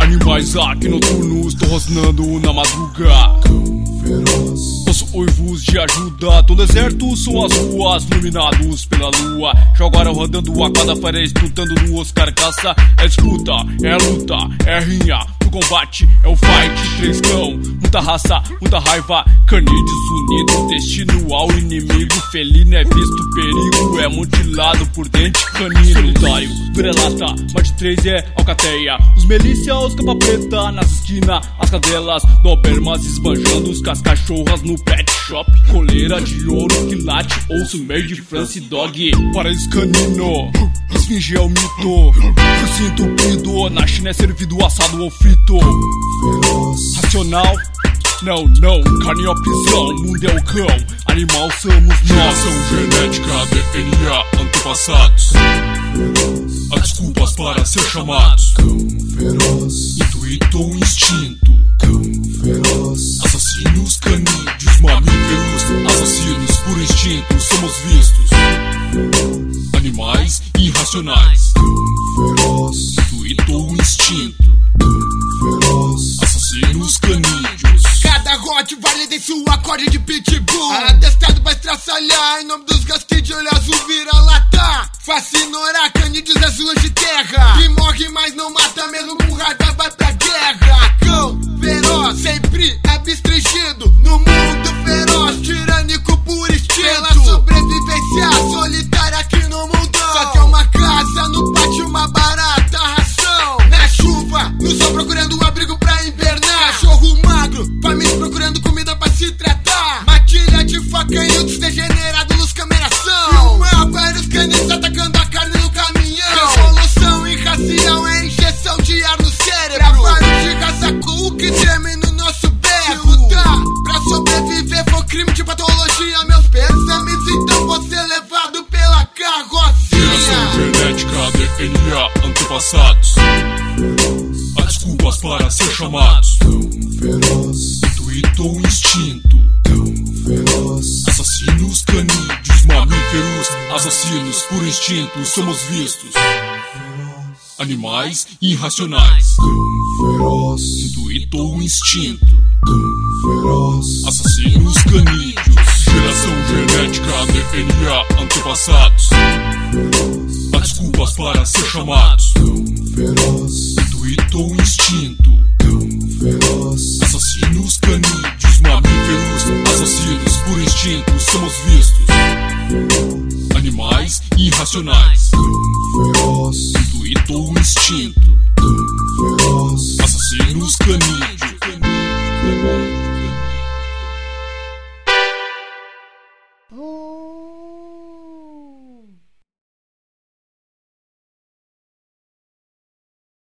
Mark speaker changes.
Speaker 1: Animais aqui noturnos, tô rosnando na madruga. Cão feroz. Posso uivos de ajuda, tão deserto são as ruas, iluminados pela lua. Jogaram rodando a cada parede, lutando duas carcaça. É disputa, é luta, é rinha. No combate é o fight, três cão. Muita raça, muita raiva. Canídeos unidos, destino ao inimigo. Felino é visto, perigo é mutilado por dente canino. Solitário, grelata, parte 3 é alcateia. Os melícia, os capa preta, nas esquina, as cadelas, dobermas esbanjando os as cachorras no pet shop. Coleira de ouro que late, ouço meio de France Dog. Paraíso canino, esfinge é o mito. Focinho entupido, na China é servido assado ou frito. Racional, não, não, carne é opção, mundo é o cão, animal somos nós. São genética, DNA, antepassados. Há desculpas para ser chamados.
Speaker 2: Cão feroz,
Speaker 1: Intuito ou instinto.
Speaker 2: cão feroz,
Speaker 1: Assassinos canídeos, mamíferos, assassinos por instinto, somos vistos. Animais irracionais,
Speaker 2: feroz,
Speaker 1: intuito ou instinto.
Speaker 2: feroz,
Speaker 1: Assassinos canídeos.
Speaker 3: Cada rote vale de sua corda de pitbull Atestado pra estraçalhar Em nome dos gastos de olho azul vira lata Fascinorá canídeos azuis de terra Que morre mas não mata Mesmo com radar vai pra guerra Cão feroz, sempre abstringido No mundo feroz, tirânico por instinto Pela sobrevivência solitária aqui no mundão Só que é uma casa no pátio, uma barata ração Na chuva, no sol procurando um abrigo pra invernar Cachorro magro, faminto procurando comida pra se tratar Matilha de faca e outros degenerados nos cameração E vários canis atacando a carne no caminhão Revolução irracial é injeção de ar no cérebro Trabalho de raça com o que treme no nosso beco Se lutar pra sobreviver for crime de patologia Meus pensamentos então vou ser levado pela
Speaker 1: Geração
Speaker 3: carrocinha
Speaker 1: genética, DNA, antepassados. Há desculpas para ser chamados.
Speaker 2: feroz,
Speaker 1: Intuito ou instinto.
Speaker 2: feroz,
Speaker 1: Assassinos canídeos, mamíferos, assassinos por instinto, somos vistos. Animais irracionais,
Speaker 2: feroz,
Speaker 1: intuito ou instinto.
Speaker 2: feroz,
Speaker 1: Assassinos canídeos, geração genética, DNA, antepassados. Há desculpas para ser chamados.
Speaker 2: feroz,
Speaker 1: Intuito ou instinto.
Speaker 2: feroz,
Speaker 1: Assassinos canídeos, mamíferos, assassinos por instinto, somos vistos. Animais irracionais,
Speaker 2: feroz,
Speaker 1: intuito ou instinto.
Speaker 2: feroz,
Speaker 1: Assassinos canídeos.